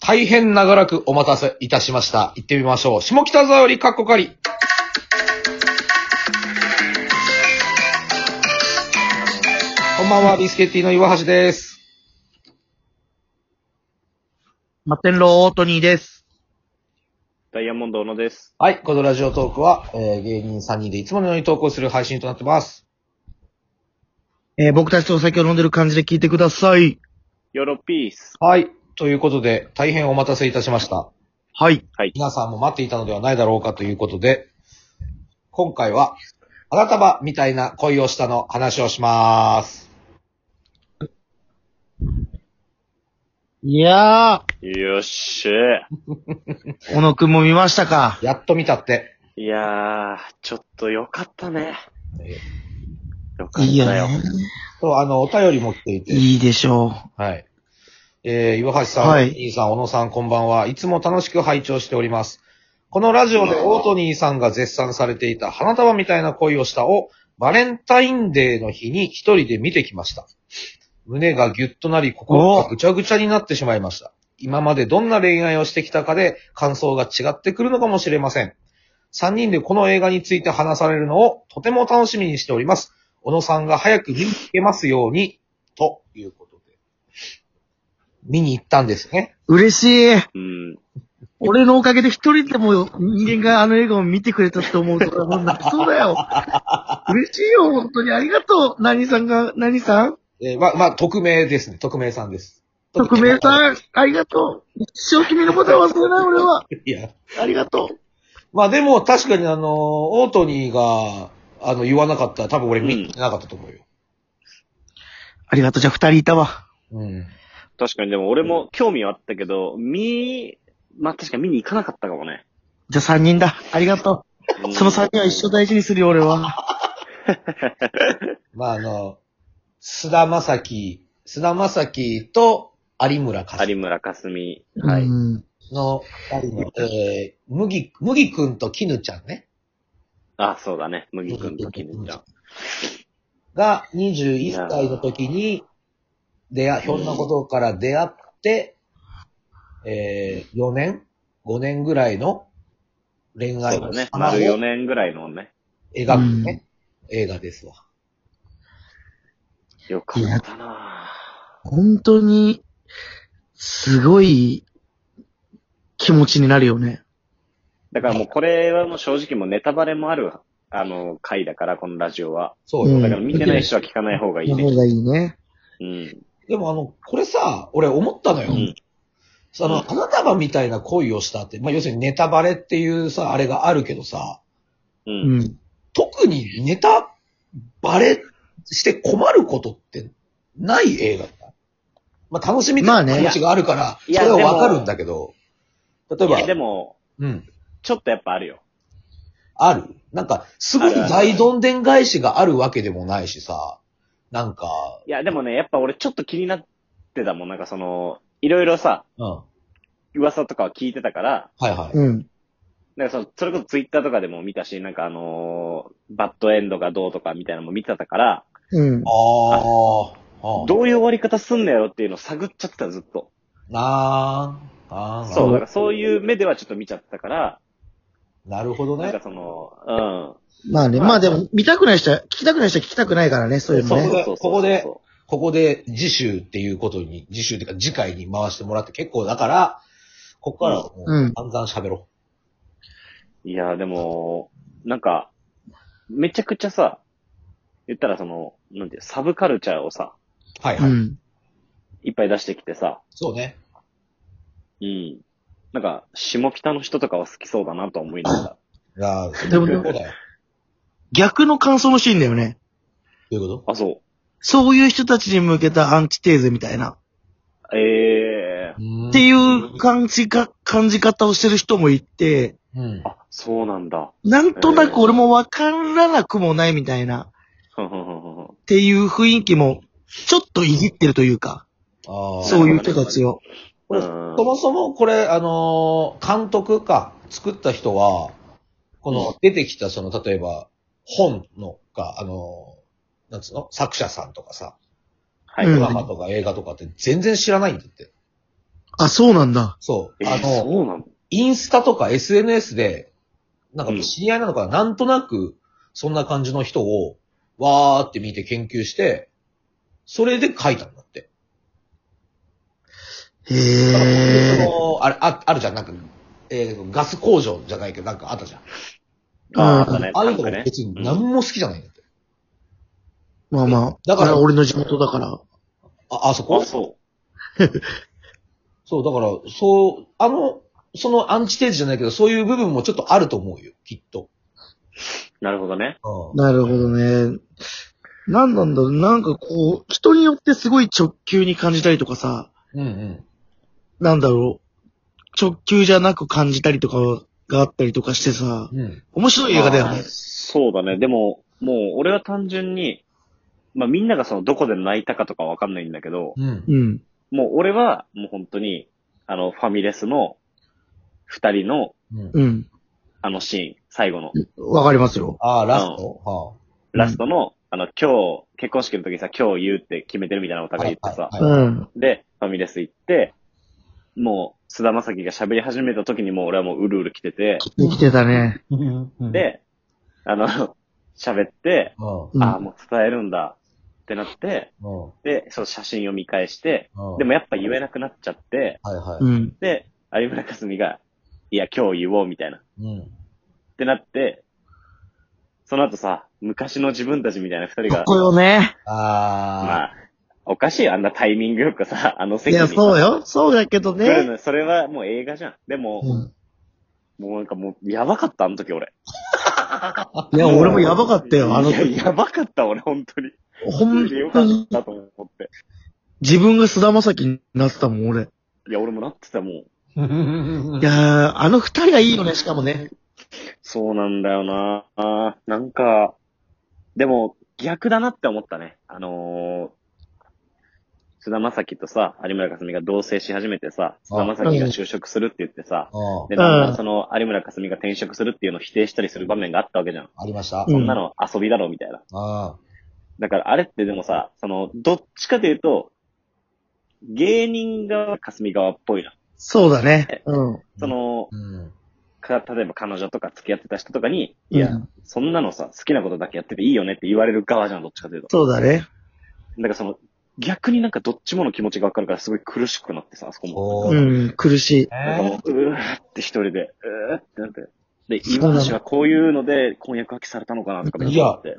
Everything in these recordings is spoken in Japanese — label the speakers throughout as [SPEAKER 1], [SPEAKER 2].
[SPEAKER 1] 大変長らくお待たせいたしました。行ってみましょう。下北沢よりカッコカリ。こんばんは、ビスケッティの岩橋です。
[SPEAKER 2] マテンロートニーです。
[SPEAKER 3] ダイヤモンド小野です。
[SPEAKER 1] はい、このラジオトークは、えー芸人3人でいつものように投稿する配信となってます。
[SPEAKER 2] えー僕たちとお酒を飲んでる感じで聞いてください。
[SPEAKER 3] ヨーロピース。
[SPEAKER 1] はい、ということで、大変お待たせいたしました。
[SPEAKER 2] はい。
[SPEAKER 1] 皆さんも待っていたのではないだろうかということで、今回は、花束みたいな恋をしたの話をします。
[SPEAKER 2] いや
[SPEAKER 3] よっしゃ。
[SPEAKER 2] ー、小野くんも見ましたか
[SPEAKER 1] やっと見たって。
[SPEAKER 3] いやー、ちょっとよかったね。よかったよ。
[SPEAKER 2] いいよね。
[SPEAKER 1] そう、あの、お便りも来ていて。
[SPEAKER 2] いいでしょ
[SPEAKER 1] はい。えー、岩橋さん、
[SPEAKER 2] はい
[SPEAKER 1] 兄さん、小野さん、こんばんは。いつも楽しく拝聴しております。このラジオでオートニーさんが絶賛されていた花束みたいな恋をしたを、バレンタインデーの日に一人で見てきました。胸がギュッとなり、心がぐちゃぐちゃになってしまいました。今までどんな恋愛をしてきたかで感想が違ってくるのかもしれません。3人でこの映画について話されるのをとても楽しみにしております。小野さんが早く見に行けますように、ということで。見に行ったんですね。
[SPEAKER 2] う。嬉しい。
[SPEAKER 3] うん。
[SPEAKER 2] 俺のおかげで一人でも人間があの映画を見てくれたって思うと、もう泣 きそうだよ。嬉しいよ、本当に。ありがとう。何さんが、何さん
[SPEAKER 1] えーまあ、まあ、匿名ですね。匿名さんです。
[SPEAKER 2] 匿名さん、ありがとう。一生君のことは忘れない、俺は。
[SPEAKER 1] いや。
[SPEAKER 2] ありがと
[SPEAKER 1] まあでも確かにあのー、オートニーが、あの、言わなかったら多分俺見に行ってなかったと思うよ。
[SPEAKER 2] う。ありがとう。じゃあ二人いたわ。
[SPEAKER 1] うん。
[SPEAKER 3] 確かに、でも俺も興味はあったけど、見、まあ、確かに見に行かなかったかもね。
[SPEAKER 2] じゃあ三人だ。ありがと
[SPEAKER 3] う
[SPEAKER 2] う。
[SPEAKER 3] ん
[SPEAKER 2] その三人は一生大事にするよ、俺は。
[SPEAKER 1] まああの、須田まさき、須田まさきと有村かす
[SPEAKER 3] 有村架純。
[SPEAKER 2] は。
[SPEAKER 3] はいい。
[SPEAKER 1] の二人の、えー、麦、麦くんと絹ちゃんね。
[SPEAKER 3] あ、そうだね。麦君と絹ちゃん。
[SPEAKER 1] が21歳の時に出会、ひょんなことから出会って、えー、4年 ?5 年ぐらいの恋
[SPEAKER 3] そ
[SPEAKER 1] 愛
[SPEAKER 3] うだ
[SPEAKER 1] の
[SPEAKER 3] ね。
[SPEAKER 1] 様
[SPEAKER 3] 丸4
[SPEAKER 1] を
[SPEAKER 3] 年ぐらいのね。
[SPEAKER 1] 描くね、映画ですわ。
[SPEAKER 3] よかったな
[SPEAKER 2] 本当に、すごい、気持ちになるよね。
[SPEAKER 3] だからもうこれはもう正直もうネタバレもある、あの、回だから、このラジオは。
[SPEAKER 1] そう
[SPEAKER 2] う
[SPEAKER 1] よ。
[SPEAKER 2] ん
[SPEAKER 3] だから見てない人は聞かない方がいい
[SPEAKER 2] の方
[SPEAKER 3] ね。
[SPEAKER 2] がいいね。
[SPEAKER 3] うん。
[SPEAKER 1] でもあの、これさ、俺思ったのよ。
[SPEAKER 3] うん。
[SPEAKER 1] その、花束みたいな恋をしたって、まあ、要するにネタバレっていうさ、あれがあるけどさ、
[SPEAKER 3] う。
[SPEAKER 2] うんん。
[SPEAKER 1] 特にネタバレして困ることってない映画だった。まあ、楽しみ
[SPEAKER 2] まあ
[SPEAKER 1] たい
[SPEAKER 2] ね
[SPEAKER 1] な気持ちがあるから、
[SPEAKER 3] いや
[SPEAKER 1] それはわか
[SPEAKER 3] でも
[SPEAKER 1] るんだけど、例え
[SPEAKER 3] いや、で
[SPEAKER 1] ば、
[SPEAKER 3] も、
[SPEAKER 1] うん、
[SPEAKER 3] ちょっとやっぱあるよ。
[SPEAKER 1] あるなんか、すごい
[SPEAKER 3] あるある
[SPEAKER 1] 大どんでん返しがあるわけでもないしさ、なんか、
[SPEAKER 3] いや、でもね、やっぱ俺ちょっと気になってたもん。なんかその、いろいろさ、
[SPEAKER 1] うん、は
[SPEAKER 3] 噂とかは聞いてたから、
[SPEAKER 1] いはい。
[SPEAKER 2] うん。
[SPEAKER 3] なんかその、それこそツイッターとかでも見たし、なんかあのーバッドエンドがどうとかみたいなのも見てたから、
[SPEAKER 2] うん。
[SPEAKER 1] ああ、
[SPEAKER 3] どういう終わり方すんのやろっていうのを探っちゃってた、ずっと。
[SPEAKER 1] なあ、あー
[SPEAKER 3] そう、だからそういう目ではちょっと見ちゃってたから、
[SPEAKER 1] なるほど
[SPEAKER 3] なん
[SPEAKER 1] ね
[SPEAKER 3] か。その、
[SPEAKER 2] まあね、まあでも、見たくない人は、聞きたくない人は聞きたくないからね、そういうの
[SPEAKER 3] うん。
[SPEAKER 2] ね。
[SPEAKER 3] そう
[SPEAKER 1] ここで
[SPEAKER 3] そう
[SPEAKER 1] ここで次週っていうことに、次週っていうか次回に回してもらって結構だから、ここからはも
[SPEAKER 2] うん
[SPEAKER 1] う散々喋ろ
[SPEAKER 3] いや、でも、なんか、めちゃくちゃさ、言ったらその、なんていう、サブカルチャーをさ、
[SPEAKER 1] う。はいは
[SPEAKER 2] う
[SPEAKER 1] い。
[SPEAKER 2] ん。
[SPEAKER 3] いっぱい出してきてさ、
[SPEAKER 1] そうね。
[SPEAKER 3] うん。なんか、下北の人とかは好きそうだなとは思いながら。
[SPEAKER 1] いやーそう
[SPEAKER 2] でも
[SPEAKER 1] いうことだよ。
[SPEAKER 2] 逆の感想のシーンだよね。
[SPEAKER 1] どういうこ
[SPEAKER 3] あ、そ
[SPEAKER 2] そういう人たちに向けたアンチテーゼみたいな。
[SPEAKER 3] う。ええ
[SPEAKER 1] と
[SPEAKER 2] っていう感じか、感じ方をしてる人もいて、
[SPEAKER 1] うん
[SPEAKER 3] ー。。あ、そうなんだ。
[SPEAKER 2] なんとなく俺もわからなくもないみたいな、
[SPEAKER 3] ふんふんふんふんふん
[SPEAKER 2] っていう雰囲気も、ちょっといじってるというか、
[SPEAKER 1] ああ。
[SPEAKER 2] そういう人たちを。
[SPEAKER 1] これ
[SPEAKER 3] う
[SPEAKER 1] そ
[SPEAKER 3] ん
[SPEAKER 1] もそもこれ、あのー監督か、作った人は、こ
[SPEAKER 3] う
[SPEAKER 1] の出てきた、その、例えば、本のか、あのーなんつうの作者さんとかさ、
[SPEAKER 3] はい。
[SPEAKER 2] う
[SPEAKER 1] ド
[SPEAKER 2] ん
[SPEAKER 1] ラマとか映画とかって全然知らないんだって。
[SPEAKER 2] あ、そうなんだ。
[SPEAKER 1] そう。
[SPEAKER 3] え
[SPEAKER 1] あ
[SPEAKER 3] ー、
[SPEAKER 1] の、
[SPEAKER 3] そうなの
[SPEAKER 1] インスタとか SNS で、なん
[SPEAKER 3] うん
[SPEAKER 1] か知り合いなのかな、なんとなく、そんな感じの人を、わーって見て研究して、それで書いたんだって。
[SPEAKER 2] へ
[SPEAKER 1] だから
[SPEAKER 2] え。
[SPEAKER 1] そのあれ、あ、あるじゃん、なんか、えーガス工場じゃないけど、なんかあったじゃん。
[SPEAKER 3] あーあったね。
[SPEAKER 1] ああいうとこ
[SPEAKER 3] なんかね
[SPEAKER 1] 別に何も好きじゃないんだって。
[SPEAKER 2] まあまあ。
[SPEAKER 1] だから
[SPEAKER 2] あれは俺の地元だから。
[SPEAKER 1] あ、あそこ
[SPEAKER 3] あ、そ
[SPEAKER 1] そう、だから、そう、あの、そのアンチテージじゃないけど、そういう部分もちょっとあると思うよ、きっと。
[SPEAKER 3] う。なるほどね。
[SPEAKER 1] う
[SPEAKER 2] なるほどね。なんなんだろうなんかこう、人によってすごい直球に感じたりとかさ、
[SPEAKER 1] ん。うんうん。
[SPEAKER 2] なんだろう。直球じゃなく感じたりとかがあったりとかしてさ、
[SPEAKER 1] うん。
[SPEAKER 2] 面白い映画だよね
[SPEAKER 3] あー。そうだね。でも、もう俺は単純に、まあみんながそのどこで泣いたかとかわかんないんだけど、
[SPEAKER 1] うん。
[SPEAKER 2] うん。
[SPEAKER 3] もう俺はもう本当に、あの、ファミレスの二人の
[SPEAKER 1] うん。
[SPEAKER 2] うん。
[SPEAKER 3] あのシーン、最後の、
[SPEAKER 2] わかりますよ。
[SPEAKER 1] ああ、ラスト、は
[SPEAKER 3] ラストの、あの、今日、結婚式の時にさ、今日言うって決めてるみたいなお
[SPEAKER 1] あ。
[SPEAKER 3] 互い言ってさ、
[SPEAKER 1] はいうはい
[SPEAKER 2] ん。
[SPEAKER 3] で、ファミレス行って、もう、菅田将暉が喋り始めた時にもう俺はもううるうる来てて、
[SPEAKER 2] 生きてたね。
[SPEAKER 1] はい、
[SPEAKER 3] で、あの、 喋って、
[SPEAKER 1] うん、
[SPEAKER 2] うん
[SPEAKER 3] ああ、もう伝えるんだってなって、
[SPEAKER 1] うん、
[SPEAKER 3] で、その写真を見返して、
[SPEAKER 1] うん。
[SPEAKER 3] でもやっぱ言えなくなっちゃって、
[SPEAKER 1] はいは
[SPEAKER 2] うん。
[SPEAKER 3] で、有村架純が、いや、今日言おうみたいな。っ
[SPEAKER 1] い。うん。
[SPEAKER 3] てなって、その後さ、昔の自分たちみたいな二人
[SPEAKER 2] かっ
[SPEAKER 3] が、
[SPEAKER 2] こよね。
[SPEAKER 1] あ
[SPEAKER 3] ま
[SPEAKER 1] あ。
[SPEAKER 3] あ、おかしいよ、あんなタイミングよくさ、 あの
[SPEAKER 2] い
[SPEAKER 3] 席に。
[SPEAKER 2] や、そうよ。そうだけど
[SPEAKER 3] 来
[SPEAKER 2] ね。
[SPEAKER 3] るの。それはもう映画じゃん。でも、
[SPEAKER 2] うん
[SPEAKER 3] もうなんかもう、やばかった、あの時俺。
[SPEAKER 2] いや、俺もやばかったよ。あの
[SPEAKER 3] い、や、やばかった、俺、本当に。
[SPEAKER 2] 本
[SPEAKER 3] よか
[SPEAKER 2] 当
[SPEAKER 3] っ
[SPEAKER 2] に、
[SPEAKER 3] たと思って。
[SPEAKER 2] 自分が菅田将暉になってたもん、俺。
[SPEAKER 3] いや、俺もなってた、もん
[SPEAKER 2] いやー、あの二人がいいよね、しかもね。
[SPEAKER 3] そうなんだよなあーなんか、でも、逆だなって思ったね。あのー、菅田将暉とさ、有村架純が同棲し始めてさ、菅田将暉が就職するって言ってさ、
[SPEAKER 1] うん
[SPEAKER 3] で、だんだ
[SPEAKER 2] うん
[SPEAKER 3] んその有村架純が転職するっていうのを否定したりする場面があったわけじゃん。
[SPEAKER 1] ありました。
[SPEAKER 2] うん
[SPEAKER 3] そんなの遊びだろ、みたいな。
[SPEAKER 1] あ
[SPEAKER 3] だからあれってでもさ、その、どっちかというと、芸人側、かすみ側っぽいな。
[SPEAKER 2] そうだね。うん。
[SPEAKER 3] その、
[SPEAKER 1] ーうん。
[SPEAKER 3] か、例えば彼女とか付き合ってた人とかに、
[SPEAKER 2] うん
[SPEAKER 3] いや、そんなのさ、好きなことだけやってていいよねって言われる側じゃん、どっちかというと。
[SPEAKER 2] そうだね。
[SPEAKER 3] だからその、逆になんかどっちもの気持ちがわかるからすごい苦しくなってさ、あそこも。
[SPEAKER 1] そうう。
[SPEAKER 2] ん、苦しい。
[SPEAKER 3] なんかも
[SPEAKER 1] ね
[SPEAKER 3] う、うーって一人で、うーってなって。で、
[SPEAKER 2] そうなの
[SPEAKER 3] 今橋はこういうので婚約破棄されたのかなとかめっちゃ思って。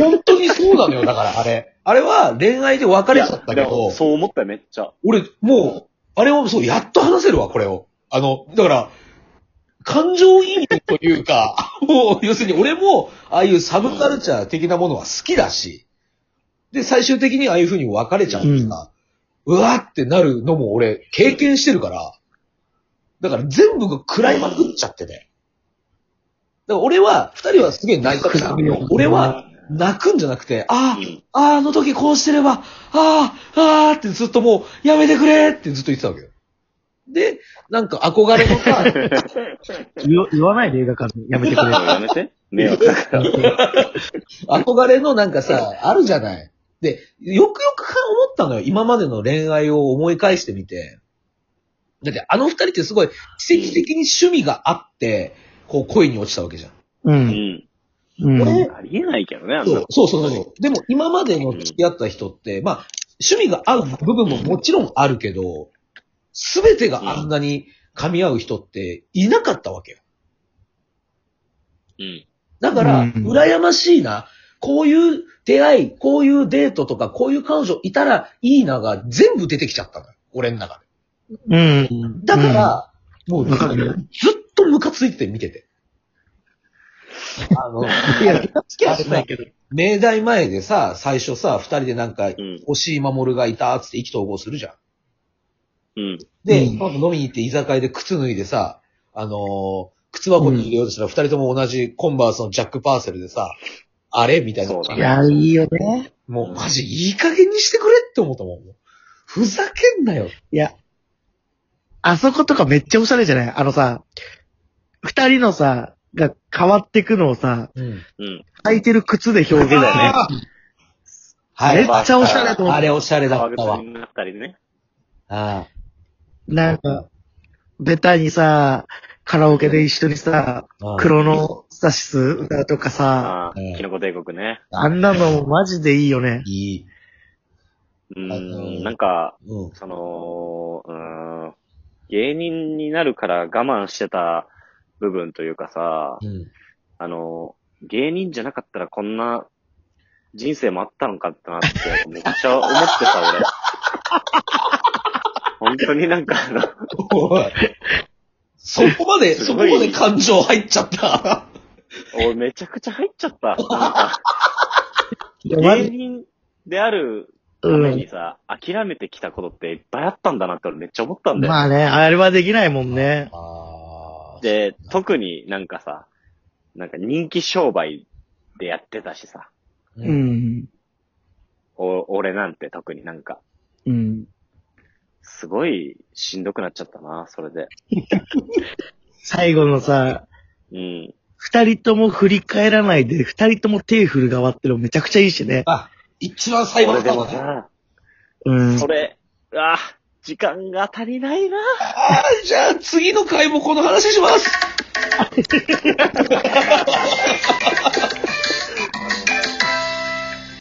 [SPEAKER 1] 本当にそうなのよ、だから、あれ。あれは恋愛で別れちゃったけ
[SPEAKER 3] いやでも
[SPEAKER 1] ど、
[SPEAKER 3] そう思ったよ、めっちゃ。
[SPEAKER 1] 俺、もう、あれを、そう、やっと話せるわ、これを。あの、だから、感情移入というか、 もう、要するに俺も、ああいうサブカルチャー的なものは好きだし、で、最終的にああいう風に別れちゃうんだ、うわーってなるのも俺、経験してるから、だから全部が食らいまくっちゃってて。だから俺は、二人はすげえ泣いたんだけど、俺は、泣くんじゃなくて、ああ、
[SPEAKER 3] うん
[SPEAKER 1] あーあの時こうしてれば、ああ、ああってずっともう、やめてくれってずっと言ってたわけよ。で、なんか憧れのさ、
[SPEAKER 2] 言わ言わないで映画館やめてくれ。
[SPEAKER 3] やめて。迷惑だから。
[SPEAKER 1] 憧れのなんかさ、あるじゃない。で、よくよく思ったのよ。今までの恋愛を思い返してみて。だってあの二人ってすごい奇跡的に趣味があって、こう恋に落ちたわけじゃん。
[SPEAKER 2] う。
[SPEAKER 3] うんん。
[SPEAKER 2] うん。
[SPEAKER 1] 俺
[SPEAKER 3] ありえないけどね、あんな
[SPEAKER 1] そうそうそうそう。でも今までの付き合った人って、まあ、趣味が合う部分ももちろんあるけど、すべてがあんなに噛み合う人っていなかったわけよ。
[SPEAKER 3] うん。
[SPEAKER 1] だから、
[SPEAKER 2] うん
[SPEAKER 1] 羨ましいな。こういう出会い、こういうデートとか、こういう彼女いたらいいなが全部出てきちゃったのよ。俺の中で。
[SPEAKER 2] うん。
[SPEAKER 1] だから、もうず
[SPEAKER 2] わかるよ
[SPEAKER 1] っとムカついてて見て て。あの、
[SPEAKER 2] うん、いや、好きはしないけど。
[SPEAKER 1] 明大前でさ、最初さ、二人でなんか
[SPEAKER 3] うん。
[SPEAKER 1] 押井守がいたっつって意気投合するじゃん。
[SPEAKER 3] うん。
[SPEAKER 1] で、
[SPEAKER 2] うん
[SPEAKER 1] その後飲みに行って居酒屋で靴脱いでさ、あのー靴箱に入れようとしたら二人とも同じコンバースのジャックパーセルでさ、あれみたいな
[SPEAKER 3] そう。だ
[SPEAKER 2] い
[SPEAKER 3] ね。
[SPEAKER 2] や、いいよね。
[SPEAKER 1] もうマジいい加減にしてくれって思ったもん。ふざけんなよ。
[SPEAKER 2] いや、あそことかめっちゃオシャレじゃないあのさ、二人のさ、が変わってくのをさ、
[SPEAKER 1] うん。
[SPEAKER 3] うん。
[SPEAKER 2] 履いてる靴で表現だよね。
[SPEAKER 1] あーはい。
[SPEAKER 2] めっちゃオシャレと思う
[SPEAKER 1] あれおしゃれだっ
[SPEAKER 3] 革靴
[SPEAKER 1] たわ。
[SPEAKER 3] になったりね。
[SPEAKER 1] あ
[SPEAKER 2] なんか、ベタにさ、カラオケで一緒にさ、クロノサシス歌うとかさ、
[SPEAKER 3] ああ
[SPEAKER 1] うん
[SPEAKER 3] キノコ帝国ね。
[SPEAKER 2] あんなのマジでいいよね。
[SPEAKER 1] いい。
[SPEAKER 3] う
[SPEAKER 1] あの
[SPEAKER 3] ん、なんか、
[SPEAKER 1] うん。
[SPEAKER 3] その、うん、芸人になるから我慢してた部分というかさ、
[SPEAKER 1] うん。
[SPEAKER 3] あの、芸人じゃなかったらこんな人生もあったのかってなって、めっちゃ思って た、俺。本当になんかあの、
[SPEAKER 1] おいそこまで、
[SPEAKER 3] す
[SPEAKER 1] そこ
[SPEAKER 3] ご
[SPEAKER 1] ま
[SPEAKER 3] い
[SPEAKER 1] で感情入っちゃった。
[SPEAKER 3] 俺めちゃくちゃ入っちゃった。なんか
[SPEAKER 2] いやマ
[SPEAKER 3] 芸
[SPEAKER 2] ジ
[SPEAKER 3] 人であるた
[SPEAKER 2] う
[SPEAKER 3] めに
[SPEAKER 2] ん。
[SPEAKER 3] さ、諦めてきたことっていっぱいあったんだなって俺めっちゃ思ったんだよ。
[SPEAKER 2] まあね、あれはできないもんね。
[SPEAKER 1] あー
[SPEAKER 3] で、特になんかさ、なんか人気商売でやってたしさ、
[SPEAKER 1] う
[SPEAKER 2] う。ん。
[SPEAKER 3] お俺なんて特になんか、
[SPEAKER 2] うん。
[SPEAKER 3] すごいしんどくなっちゃったな、それで。
[SPEAKER 2] 最後のさ、
[SPEAKER 3] うん。
[SPEAKER 2] 二人とも振り返らないで、二人とも手振る側ってのめちゃくちゃいいしね。
[SPEAKER 1] あ、一番最後
[SPEAKER 3] 俺
[SPEAKER 1] の
[SPEAKER 3] でも
[SPEAKER 1] ね
[SPEAKER 3] さ、
[SPEAKER 2] うん。
[SPEAKER 3] それ、あ時間が足りないな。
[SPEAKER 1] あーじゃあ次の回もこの話します。